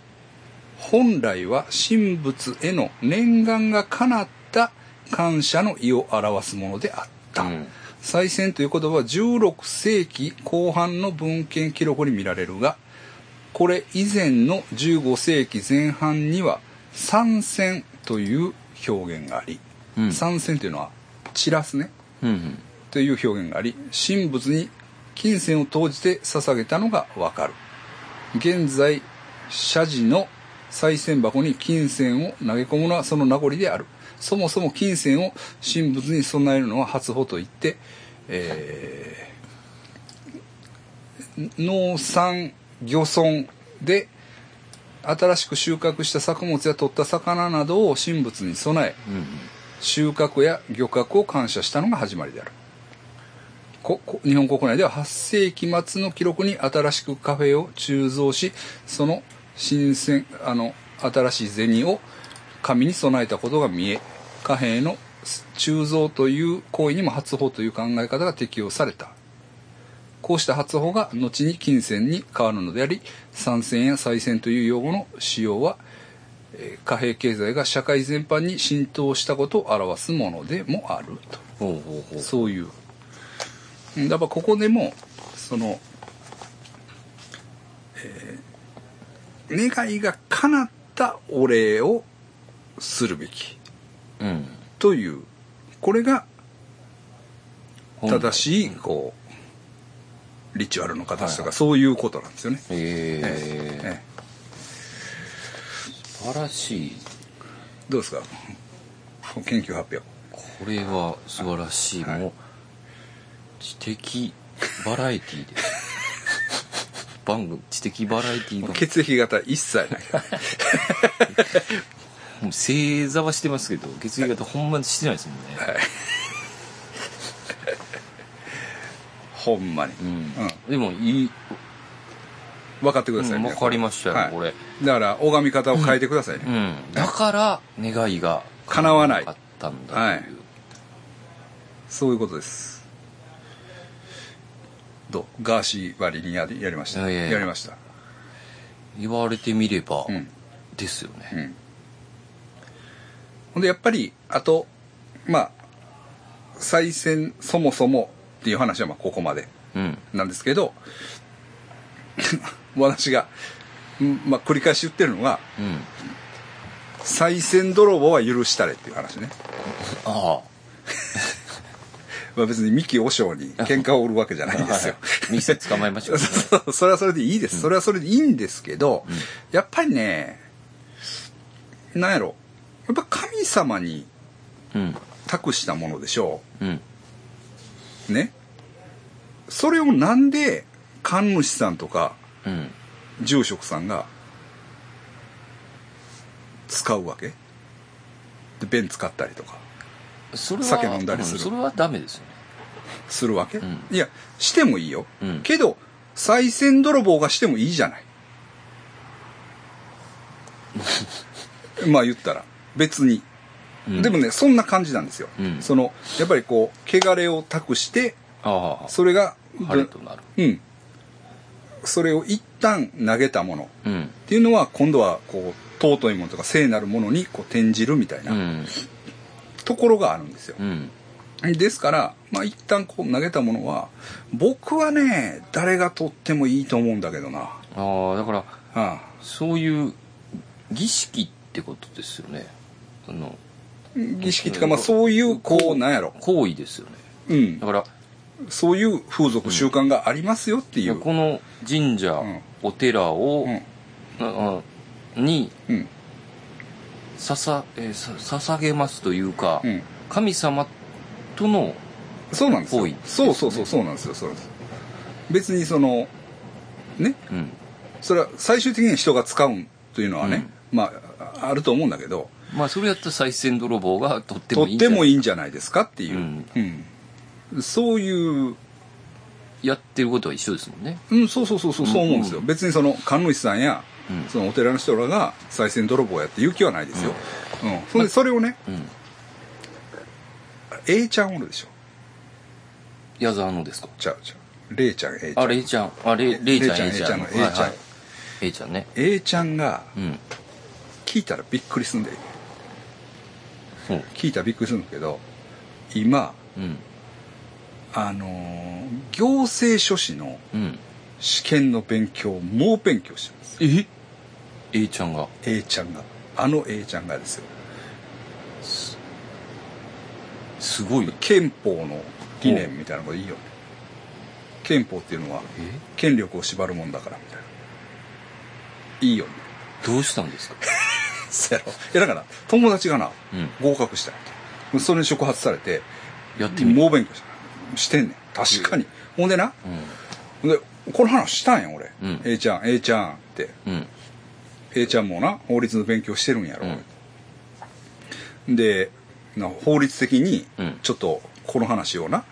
[SPEAKER 1] 本来は神仏への念願が叶った感謝の意を表すものであった、
[SPEAKER 2] うん
[SPEAKER 1] 再選という言葉は16世紀後半の文献記録に見られるがこれ以前の15世紀前半には参戦という表現があり、
[SPEAKER 2] うん
[SPEAKER 1] 参戦というのは散らすね
[SPEAKER 2] うんうん
[SPEAKER 1] という表現があり神仏に金銭を投じて捧げたのがわかる現在社寺の再銭箱に金銭を投げ込むのはその名残であるそもそも金銭を神仏に備えるのは初歩といって、えー農産漁村で新しく収穫した作物や取った魚などを神仏に備え
[SPEAKER 2] うん
[SPEAKER 1] 収穫や漁獲を感謝したのが始まりであるここ日本国内では8世紀末の記録に新しくカフェを鋳造しその新鮮あの新しい銭を神に備えたことが見え貨幣の鋳造という行為にも発法という考え方が適用されたこうした発法が後に金銭に変わるのであり参戦や再選という用語の使用はえー貨幣経済が社会全般に浸透したことを表すものでもある
[SPEAKER 2] ほうほうほ
[SPEAKER 1] と
[SPEAKER 2] う
[SPEAKER 1] そういううんだからここでもその、えー願いが叶ったお礼をするべき
[SPEAKER 2] うん
[SPEAKER 1] というこれが
[SPEAKER 2] ほん
[SPEAKER 1] 正しいこうリチュアルの形とかそういうことなんですよね。
[SPEAKER 2] ええ
[SPEAKER 1] ええ
[SPEAKER 2] 素晴らしい
[SPEAKER 1] どうですかこの研究発表。
[SPEAKER 2] これは素晴らしい、もう知的バラエティーです番組知的バラエティー番組
[SPEAKER 1] 血液型一切ない。
[SPEAKER 2] もう正座はしてますけど血液型ほんまにしてないですもんね、
[SPEAKER 1] ほんまに。
[SPEAKER 2] うんでもいい
[SPEAKER 1] 分かってくださいね。
[SPEAKER 2] うん分かりましたよ
[SPEAKER 1] はい
[SPEAKER 2] これ。
[SPEAKER 1] だから、拝み方を変えてくださいね。
[SPEAKER 2] うん、だから願いが
[SPEAKER 1] 叶わない
[SPEAKER 2] かったんだという、
[SPEAKER 1] そういうことです。どうガーシー割にやりやりました。
[SPEAKER 2] いやいやいや
[SPEAKER 1] やりました。
[SPEAKER 2] 言われてみれば、
[SPEAKER 1] うん
[SPEAKER 2] ですよ
[SPEAKER 1] う
[SPEAKER 2] ね、
[SPEAKER 1] ん。ほんで、やっぱり、あと、まあ、再選そもそもっていう話はまあここまで
[SPEAKER 2] うん、
[SPEAKER 1] なんですけど、 私が、うんまあ繰り返し言ってるのは、
[SPEAKER 2] うん、
[SPEAKER 1] 再選泥棒は許したれっていう話ね。
[SPEAKER 2] あ
[SPEAKER 1] まあ別に三木和尚に喧嘩を売るわけじゃ
[SPEAKER 2] あ
[SPEAKER 1] ないんですよ。
[SPEAKER 2] ミス捕まえましょう、
[SPEAKER 1] そうそれはそれでいいです。それはそれでいいんですけど、やっぱりね、なんやろ。やっぱ神様に
[SPEAKER 2] うん
[SPEAKER 1] 託したものでしょ
[SPEAKER 2] うん
[SPEAKER 1] う。ね。それをなんで、神主さんとか、
[SPEAKER 2] うん
[SPEAKER 1] 住職さんが、使うわけで、便使ったりとか、
[SPEAKER 2] それは
[SPEAKER 1] 酒飲んだりする
[SPEAKER 2] うんそれはダメですよね
[SPEAKER 1] するわけ、
[SPEAKER 2] ん
[SPEAKER 1] いや、してもいいよ。
[SPEAKER 2] うん
[SPEAKER 1] けど、再選泥棒がしてもいいじ ゃない。まあ言ったら、別に。
[SPEAKER 2] うん
[SPEAKER 1] でもね、そんな感じなんですよ。
[SPEAKER 2] うん
[SPEAKER 1] その、やっぱりこう、汚れを託して、
[SPEAKER 2] ああ
[SPEAKER 1] それが、
[SPEAKER 2] 晴れとなる
[SPEAKER 1] うん。それを一旦投げたもの
[SPEAKER 2] うん
[SPEAKER 1] っていうのは、今度はこう、尊いものとか聖なるものにこう転じるみたいうなんところがあるんですよ。
[SPEAKER 2] うん
[SPEAKER 1] ですから、まあ、一旦こう投げたものは、僕はね、誰が取ってもいいと思うんだけどな。あ
[SPEAKER 2] ああだから
[SPEAKER 1] あ
[SPEAKER 2] そういう儀式ってことですよねその
[SPEAKER 1] 儀式っていうか、まあ、そういう、こう、なんやろ。
[SPEAKER 2] 行為ですよね
[SPEAKER 1] うん
[SPEAKER 2] だ。から
[SPEAKER 1] そういう風俗習慣がありますよっていう。
[SPEAKER 2] この神社、
[SPEAKER 1] ん
[SPEAKER 2] お寺を、
[SPEAKER 1] うん。
[SPEAKER 2] ああに
[SPEAKER 1] うん。
[SPEAKER 2] ささ、えーさ捧げますというか、
[SPEAKER 1] うん。
[SPEAKER 2] 神様との
[SPEAKER 1] そうなんですよ
[SPEAKER 2] 行為で。す
[SPEAKER 1] そ
[SPEAKER 2] ね
[SPEAKER 1] うそうそう、そうなんですよ。そうなんですよ別にその、ね、
[SPEAKER 2] うん
[SPEAKER 1] それは最終的に人が使うというのはね、まあ、あると思うんだけど、
[SPEAKER 2] まあそれやったら再銭泥棒がとって
[SPEAKER 1] と
[SPEAKER 2] もいい
[SPEAKER 1] っ
[SPEAKER 2] んじ
[SPEAKER 1] て
[SPEAKER 2] ゃない。
[SPEAKER 1] もいいんじゃないですかっていううんうん、そういう
[SPEAKER 2] やってることは一緒ですもんね
[SPEAKER 1] うん、そうそうそうそう、そう思うんですよ。
[SPEAKER 2] うん
[SPEAKER 1] 別にその、神主さんや、
[SPEAKER 2] うん
[SPEAKER 1] そのお寺の人らが、再選泥棒やって言う気はないですよ。うん。それで、それをね、
[SPEAKER 2] うん、
[SPEAKER 1] A ちゃんおるでしょ。
[SPEAKER 2] 矢沢のですか
[SPEAKER 1] ちゃうちゃう。レイちゃん、A ちゃ
[SPEAKER 2] あ、
[SPEAKER 1] ん。
[SPEAKER 2] レイちゃん、あ、レイ、レイちゃん、
[SPEAKER 1] レ
[SPEAKER 2] レ
[SPEAKER 1] イ
[SPEAKER 2] イ
[SPEAKER 1] ち
[SPEAKER 2] ち
[SPEAKER 1] ゃ
[SPEAKER 2] ゃ
[SPEAKER 1] ん
[SPEAKER 2] ん。
[SPEAKER 1] レイちゃん
[SPEAKER 2] はいはいレイちゃんね。
[SPEAKER 1] A ちゃんが、
[SPEAKER 2] うん。
[SPEAKER 1] 聞いたらびっくりすんで、
[SPEAKER 2] うん
[SPEAKER 1] 聞いたらびっくりするんだけど、今、
[SPEAKER 2] うん。
[SPEAKER 1] あのー行政書士の
[SPEAKER 2] うん。
[SPEAKER 1] 試験の勉強を猛勉強してます
[SPEAKER 2] え ?A ちゃんが。
[SPEAKER 1] A ちゃんがあの A ちゃんがですよ
[SPEAKER 2] すごい。
[SPEAKER 1] 憲法の理念みたいなこといいよね憲法っていうのは
[SPEAKER 2] え
[SPEAKER 1] 権力を縛るもんだからみたいないいよね
[SPEAKER 2] どうしたんですか
[SPEAKER 1] そやろいやだから友達がな、
[SPEAKER 2] う
[SPEAKER 1] 合格したんやてそれに触発されて
[SPEAKER 2] やってみる。
[SPEAKER 1] 猛勉強したしてんねん確かに、ほんでな
[SPEAKER 2] う
[SPEAKER 1] ほんでこの話したんや俺、
[SPEAKER 2] うん
[SPEAKER 1] A ちゃん A ちゃんって
[SPEAKER 2] ん。うん。
[SPEAKER 1] A ちゃんもな法律の勉強してるんやろ、
[SPEAKER 2] うん
[SPEAKER 1] でな法律的に
[SPEAKER 2] うん
[SPEAKER 1] ちょっとこの話をな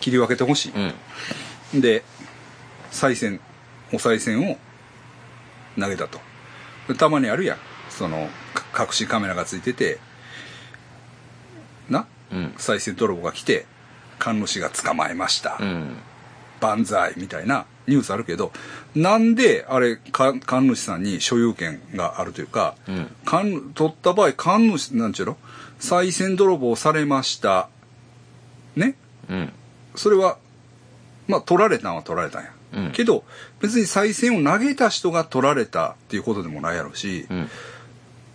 [SPEAKER 1] 切り分けてほしい、
[SPEAKER 2] うん。
[SPEAKER 1] で再選お賽銭を投げたとでたまにあるやんそのか隠しカメラがついててな
[SPEAKER 2] うん。
[SPEAKER 1] 再銭泥棒が来て神主が捕まえました、
[SPEAKER 2] うん。
[SPEAKER 1] 万歳みたいなニュースあるけどなんであれか神主さんに所有権があるというか、
[SPEAKER 2] うん
[SPEAKER 1] 神取った場合神主なんちゅうの再銭泥棒されましたね
[SPEAKER 2] うん。
[SPEAKER 1] それはまあ取られたんは取られたんや、
[SPEAKER 2] うん
[SPEAKER 1] けど別に再銭を投げた人が取られたっていうことでもないやろうし、
[SPEAKER 2] うん。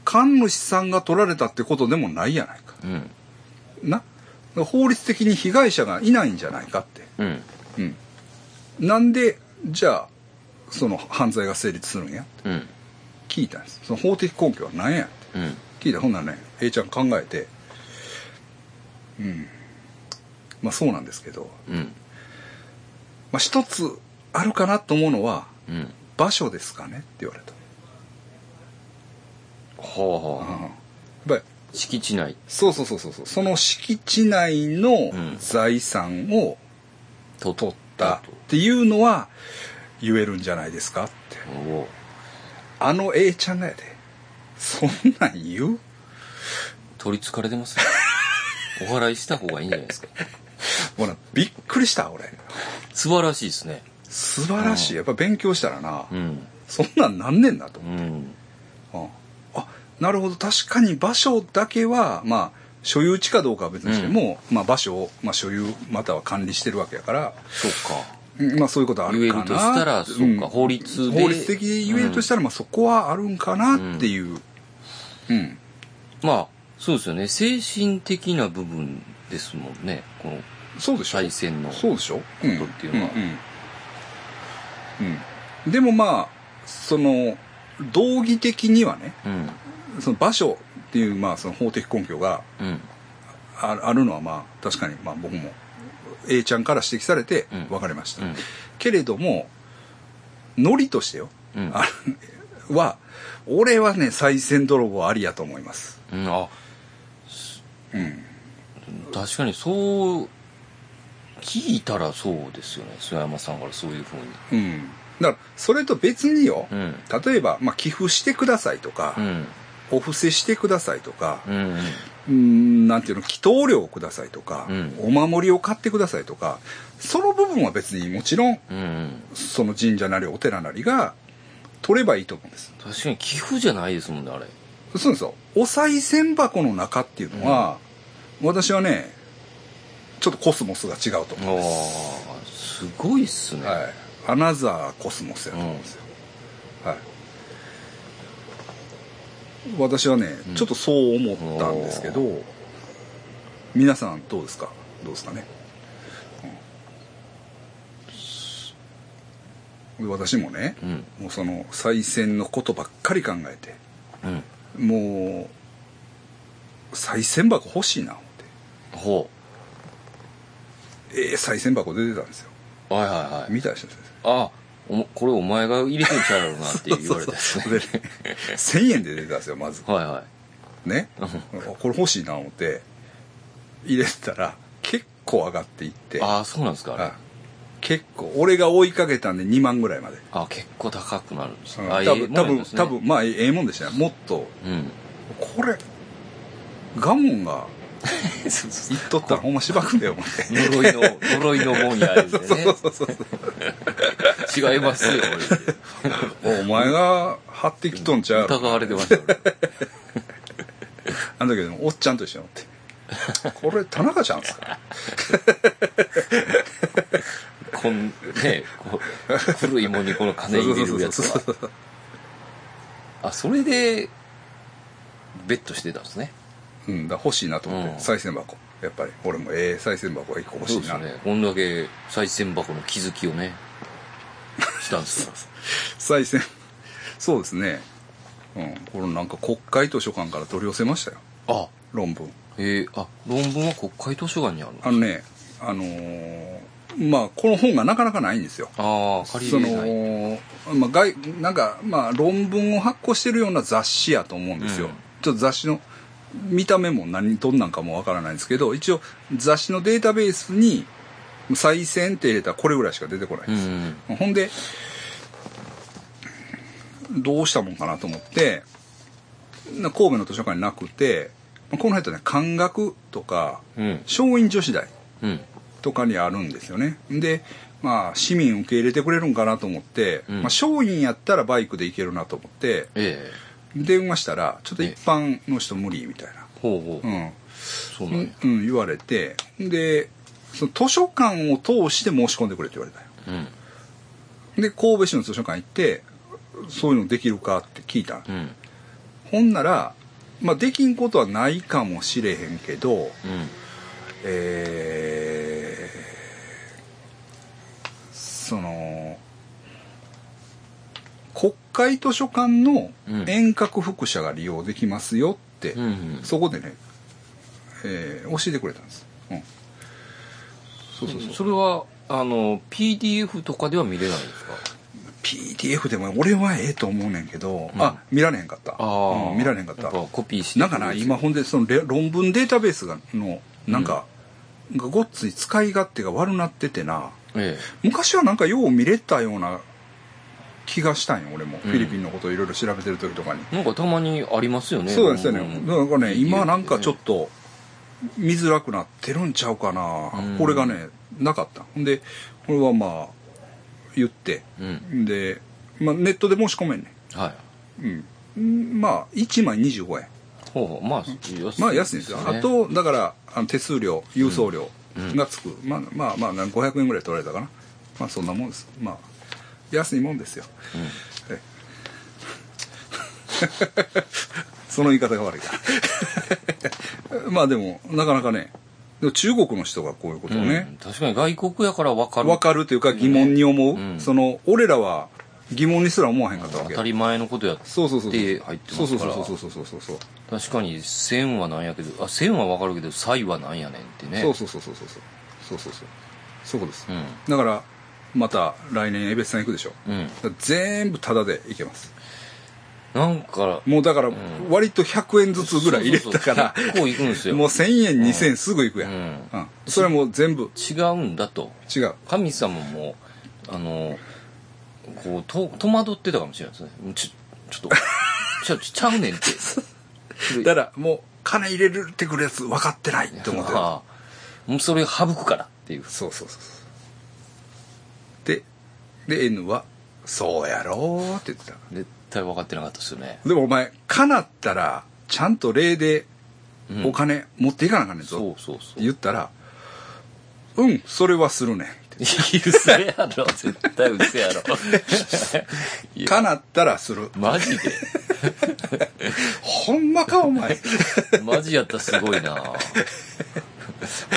[SPEAKER 1] 神主さんが取られたってことでもないやないか
[SPEAKER 2] うん。
[SPEAKER 1] な法律的に被害者がいないんじゃないかって
[SPEAKER 2] うん。
[SPEAKER 1] うん、なんでじゃあその犯罪が成立するんやって
[SPEAKER 2] うん。
[SPEAKER 1] 聞いたんですその法的根拠は何やって
[SPEAKER 2] うん。
[SPEAKER 1] 聞いたらほんならね A ちゃん考えてうんまあそうなんですけど、
[SPEAKER 2] うん。
[SPEAKER 1] まあ、一つあるかなと思うのは
[SPEAKER 2] うん。
[SPEAKER 1] 場所ですかねって言われた、
[SPEAKER 2] はあ
[SPEAKER 1] うん、
[SPEAKER 2] はあ。
[SPEAKER 1] やっぱり
[SPEAKER 2] 敷地内。
[SPEAKER 1] そうそうそうそうそうその敷地内の
[SPEAKER 2] うん
[SPEAKER 1] 財産を
[SPEAKER 2] と
[SPEAKER 1] 取ったっていうのは言えるんじゃないですかって
[SPEAKER 2] おお
[SPEAKER 1] あの A ちゃんがやで。そんなん言う
[SPEAKER 2] 取り憑かれてます ねお祓いした方がいいんじゃないですか
[SPEAKER 1] ほら、びっくりした、俺。
[SPEAKER 2] 素晴らしいですね
[SPEAKER 1] 素晴らしい。やっぱ勉強したらな、
[SPEAKER 2] うん
[SPEAKER 1] そんなんなんねんなと
[SPEAKER 2] う。ん
[SPEAKER 1] うんあ、なるほど。確かに場所だけは、まあ、所有地かどうかは別にしても、まあ場所を、まあ所有、または管理してるわけやから、
[SPEAKER 2] そうか
[SPEAKER 1] うんまあそういうことあるかな。
[SPEAKER 2] 言えるとしたらそうか
[SPEAKER 1] ん
[SPEAKER 2] 法律で
[SPEAKER 1] 法律的に言えるとしたら、まあそこはあるんかなっていう。うん。
[SPEAKER 2] まあそうですよね精神的な部分ですもんねこの
[SPEAKER 1] そうでしょ
[SPEAKER 2] 再選の
[SPEAKER 1] そうでしょうん
[SPEAKER 2] ことっていうのは
[SPEAKER 1] うんうんうんでもまあその道義的にはね
[SPEAKER 2] うん
[SPEAKER 1] その場所っていうまあその法的根拠が
[SPEAKER 2] うん
[SPEAKER 1] ああるのはまあ確かにまあ僕も A ちゃんから指摘されて
[SPEAKER 2] うん
[SPEAKER 1] 分かりました、
[SPEAKER 2] うん
[SPEAKER 1] けれどもノリとしてよ、
[SPEAKER 2] うん
[SPEAKER 1] あは俺はね再選泥棒ありやと思います
[SPEAKER 2] うんあ
[SPEAKER 1] うん
[SPEAKER 2] 確かにそう聞いたらそうですよね諏訪山さんからそういうふうに
[SPEAKER 1] うんだからそれと別によ、
[SPEAKER 2] うん
[SPEAKER 1] 例えば、まあ、寄付してくださいとか、
[SPEAKER 2] うん
[SPEAKER 1] お布施してくださいとか、
[SPEAKER 2] うん
[SPEAKER 1] うーん、なんていうの、祈祷料をくださいとか、
[SPEAKER 2] うん
[SPEAKER 1] お守りを買ってくださいとか、その部分は別にもちろん、
[SPEAKER 2] うんうん
[SPEAKER 1] その神社なりお寺なりが取ればいいと思うんです。
[SPEAKER 2] 確かに寄付じゃないですもんねあれ
[SPEAKER 1] そうですよ。お賽銭箱の中っていうのは、私はね、ちょっとコスモスが違うと思うんです。
[SPEAKER 2] ああすごいっすね、
[SPEAKER 1] はい。アナザーコスモスやと思うんですよ。はい。私はね、ちょっとそう思ったんですけど、皆さんどうですかどうですかね、うん私もね、
[SPEAKER 2] うん
[SPEAKER 1] もうその再選のことばっかり考えて、
[SPEAKER 2] うん
[SPEAKER 1] もう、再選箱欲しいな、思
[SPEAKER 2] ほ
[SPEAKER 1] って。ええ再選箱出てたんですよ。
[SPEAKER 2] うはいはいはい
[SPEAKER 1] 見たりしてたんですよ。
[SPEAKER 2] あおもこれお前が入れてんちゃうやろなって言われたやつね
[SPEAKER 1] そうそうそうでね1000円で出てたんですよ、まず。
[SPEAKER 2] はいはい
[SPEAKER 1] ね、これ欲しいな思って入れてたら結構上がっていって
[SPEAKER 2] ああそうなんですかあれ
[SPEAKER 1] あ結構俺が追いかけたんで2万ぐらいまで、
[SPEAKER 2] あ結構高くなるんです
[SPEAKER 1] うん
[SPEAKER 2] あ
[SPEAKER 1] 多分多
[SPEAKER 2] ええも
[SPEAKER 1] 分
[SPEAKER 2] んですね
[SPEAKER 1] 多分まあええええもんでしたねもっと
[SPEAKER 2] うん
[SPEAKER 1] これガモンが
[SPEAKER 2] そうそ
[SPEAKER 1] 言
[SPEAKER 2] う
[SPEAKER 1] っとったらほんましばくんだよ思って
[SPEAKER 2] 呪いの呪いのもんや言うて
[SPEAKER 1] そうそうそうそう
[SPEAKER 2] ね違いますよ言うて
[SPEAKER 1] お前が張ってきとんちゃうやろ
[SPEAKER 2] 疑われてましたよ俺
[SPEAKER 1] あの時でもおっちゃんと一緒におってこれ田中ちゃんです か
[SPEAKER 2] こん、ね、こう、古いもんにこの金入れるやつ
[SPEAKER 1] そう
[SPEAKER 2] は。
[SPEAKER 1] そうそう
[SPEAKER 2] あ、それで、ベットしてたんですね。
[SPEAKER 1] うんだから欲しいなと思って、
[SPEAKER 2] うん
[SPEAKER 1] 再銭箱やっぱり俺もええ再銭箱が一個欲し
[SPEAKER 2] そう
[SPEAKER 1] い
[SPEAKER 2] です
[SPEAKER 1] な
[SPEAKER 2] よね。こんだけ、再銭箱の気づきをね、したんですよ。
[SPEAKER 1] 再選そうですねうんこれなんか国会図書館から取り寄せましたよ
[SPEAKER 2] あ、
[SPEAKER 1] 論文
[SPEAKER 2] ええあ、論文は国会図書館にあるの
[SPEAKER 1] あのねあのーまあこの本がなかなかないんですよ
[SPEAKER 2] ああ、借り
[SPEAKER 1] そ
[SPEAKER 2] れない。
[SPEAKER 1] の、まあ、外なんかまあ論文を発行してるような雑誌やと思うんですよ、
[SPEAKER 2] うん
[SPEAKER 1] ちょっと雑誌の見た目も何どんなんかもわからないんですけど一応雑誌のデータベースに再選って入れたらこれぐらいしか出てこないん
[SPEAKER 2] う
[SPEAKER 1] ですよ
[SPEAKER 2] ん。
[SPEAKER 1] ほんで、どうしたもんかなと思って、な神戸の図書館になくて、まあこの辺ってね、漢学とか、
[SPEAKER 2] うん。
[SPEAKER 1] 松陰女子大
[SPEAKER 2] うん。
[SPEAKER 1] とかにあるんですよね。で、まあ、市民受け入れてくれるんかなと思って、
[SPEAKER 2] うん
[SPEAKER 1] まあ、松陰やったらバイクで行けるなと思って、
[SPEAKER 2] ええ
[SPEAKER 1] 電話したら、ちょっと一般の人無理みたい
[SPEAKER 2] ほうほう。
[SPEAKER 1] な、
[SPEAKER 2] そう
[SPEAKER 1] う、
[SPEAKER 2] なんん
[SPEAKER 1] う
[SPEAKER 2] や
[SPEAKER 1] ん、うん、言われて、で、その図書館を通して申し込んでくれって言われたよ。
[SPEAKER 2] うん。
[SPEAKER 1] で神戸市の図書館行ってそういうのできるかって聞いた、
[SPEAKER 2] うん。
[SPEAKER 1] ほんなら、まあ、できんことはないかもしれへんけど
[SPEAKER 2] うん。
[SPEAKER 1] えー、その国会図書館の
[SPEAKER 2] うん
[SPEAKER 1] 遠隔副社が利用できますよって、
[SPEAKER 2] うんうん。
[SPEAKER 1] そこでね、えー教えてくれたんです、うん、そうそうそう
[SPEAKER 2] それは、あの、PDF とかでは見れないんですか
[SPEAKER 1] PDF でも俺はええと思うねんけど、
[SPEAKER 2] うん
[SPEAKER 1] あ見られへんかった
[SPEAKER 2] ああ、
[SPEAKER 1] うん見られへんかっ
[SPEAKER 2] や
[SPEAKER 1] た
[SPEAKER 2] ぱコピーして
[SPEAKER 1] なんかな今ほんでそのレ論文データベースがのなんか、がごっつい使い勝手が悪なっててな
[SPEAKER 2] え
[SPEAKER 1] 昔はなんかよう見れたような気がしたんよ俺も、
[SPEAKER 2] うん
[SPEAKER 1] フィリピンのことをいろいろ調べてる時とかに、
[SPEAKER 2] えなんかたまにありますよね
[SPEAKER 1] そうなんですよね、
[SPEAKER 2] ん
[SPEAKER 1] だからね
[SPEAKER 2] いい
[SPEAKER 1] 今なんかちょっと
[SPEAKER 2] と
[SPEAKER 1] 見づらくなってるんちゃうかな、
[SPEAKER 2] うん
[SPEAKER 1] これがねなかったほんでこれはまあ言って
[SPEAKER 2] うん
[SPEAKER 1] で、まあ、ネットで申し込めんねん
[SPEAKER 2] はい
[SPEAKER 1] うん、まあ1枚25円
[SPEAKER 2] ほうほうまあ安いです
[SPEAKER 1] ま
[SPEAKER 2] ね
[SPEAKER 1] あ安いんですよ、あとだからあの手数料郵送料
[SPEAKER 2] うん
[SPEAKER 1] がつく、まあまあまあなん500円ぐらい取られたかなまあそんなもんですまあ安いもんですよ
[SPEAKER 2] う
[SPEAKER 1] ええ その言い方が悪いから まあでもなかなかねでも中国の人がこういうことを
[SPEAKER 2] ん
[SPEAKER 1] ね、
[SPEAKER 2] うん確かに外国やから分かる
[SPEAKER 1] 分かるというか疑問に思う、
[SPEAKER 2] うん
[SPEAKER 1] その俺らは疑問にすら思わへんかったわ
[SPEAKER 2] 当
[SPEAKER 1] け
[SPEAKER 2] たり前のことや
[SPEAKER 1] そうそうそうそう
[SPEAKER 2] で入ってますから
[SPEAKER 1] そうそうそうそうそうそうそう
[SPEAKER 2] 確かに線はなんやけどあ線は分かるけど際はなんやねんってね
[SPEAKER 1] そうそうそうそうそうそうそうそうそうそういうことです、
[SPEAKER 2] うん
[SPEAKER 1] だからまた来年江別さん行くでしょ
[SPEAKER 2] うん
[SPEAKER 1] だから全部タダで行けます
[SPEAKER 2] なんか
[SPEAKER 1] もうだから
[SPEAKER 2] ん
[SPEAKER 1] 割と100円ずつぐらい入れたから
[SPEAKER 2] そうそうそう結構いくんですよ
[SPEAKER 1] もう1000円2000円すぐ行くやん、
[SPEAKER 2] う
[SPEAKER 1] うん
[SPEAKER 2] ん
[SPEAKER 1] それはもう全部
[SPEAKER 2] 違うんだと
[SPEAKER 1] 違う
[SPEAKER 2] 神様もあのこうと戸惑ってたかもしれないですねちょちょっと ちゃちゃうね んって
[SPEAKER 1] だからもう金入れるってくるやつ分かってないって思ってる
[SPEAKER 2] ああもうそれ省くからっていう
[SPEAKER 1] そうそうそうそうでで N は「そうやろ」って言ってた
[SPEAKER 2] 絶対分かってなかったですよね
[SPEAKER 1] でもお前叶ったらちゃんと礼で
[SPEAKER 2] うん
[SPEAKER 1] お金持っていかなあかんねんぞ、
[SPEAKER 2] そうそうそう
[SPEAKER 1] 言ったら「うんそれはするねん」って
[SPEAKER 2] うせやろ絶対うせや ろいや
[SPEAKER 1] 叶ったらする
[SPEAKER 2] マジで
[SPEAKER 1] ほんまかお 前
[SPEAKER 2] マジやったらすごいな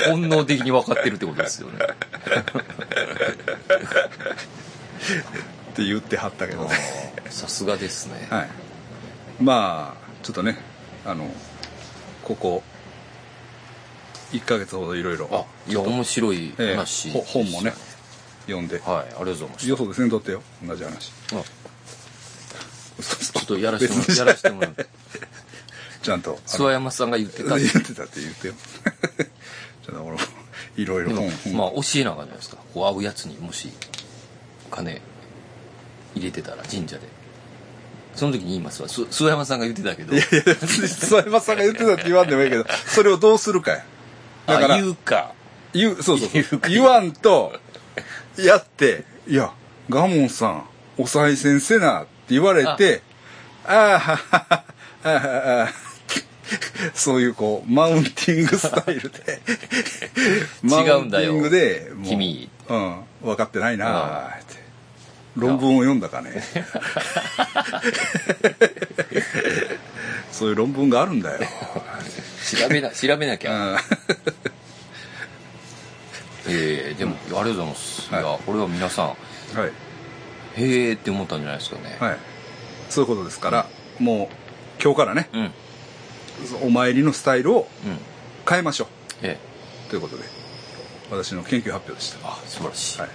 [SPEAKER 2] 本能的に分かってるってことですよね
[SPEAKER 1] って言ってはったけどね
[SPEAKER 2] ああさすがですね
[SPEAKER 1] はいまあちょっとねあのここ1ヶ月ほどいろいろ
[SPEAKER 2] あいや面白い
[SPEAKER 1] ええ
[SPEAKER 2] 話、
[SPEAKER 1] ほ本もね読んで
[SPEAKER 2] はいありがとうございました
[SPEAKER 1] よそでせんとってよ同じ話
[SPEAKER 2] あ
[SPEAKER 1] ち
[SPEAKER 2] ちょっとやらせてもらう。や
[SPEAKER 1] ら
[SPEAKER 2] らせてもらう。
[SPEAKER 1] ちゃんとあ
[SPEAKER 2] 諏訪山さんが言ってた
[SPEAKER 1] の。言ってたって言ってよ ちょっと俺もいろいろ本本
[SPEAKER 2] まあ、教えなあかんじゃないですか。こう、会うやつにもし、金、入れてたら、神社で。その時に言いますわ。す諏訪山さんが言ってたけど。
[SPEAKER 1] いや、別に諏訪山さんが言ってたって言わんでもいいけど、それをどうするかや。だから、
[SPEAKER 2] あ、言うか。
[SPEAKER 1] 言う、そうそうそう
[SPEAKER 2] 言うか
[SPEAKER 1] 言わんと、やって、いや、ガモンさん、お賽銭せなって言われて、ああははは、ああはは、そういうこう、マウンティングスタイル で、
[SPEAKER 2] 違うんだよ
[SPEAKER 1] マウンティングで、もう
[SPEAKER 2] 君。
[SPEAKER 1] うん、分かってないな
[SPEAKER 2] あ
[SPEAKER 1] ーって。論文を読んだか ね。そういう論文があるんだよ。
[SPEAKER 2] 調べな、調べなき
[SPEAKER 1] う
[SPEAKER 2] ゃ。
[SPEAKER 1] ん
[SPEAKER 2] ええでも、ありがとうございます。い
[SPEAKER 1] はい
[SPEAKER 2] や、これは皆さん、
[SPEAKER 1] はい。
[SPEAKER 2] へえって思ったんじゃないですかね。
[SPEAKER 1] はい。そういうことですから、もう、今日からね、
[SPEAKER 2] うん、うん。
[SPEAKER 1] お参りのスタイルを変えましょ
[SPEAKER 2] ええ
[SPEAKER 1] う。ということで、私の研究発表でした。
[SPEAKER 2] あ、素晴らしい。
[SPEAKER 1] はい。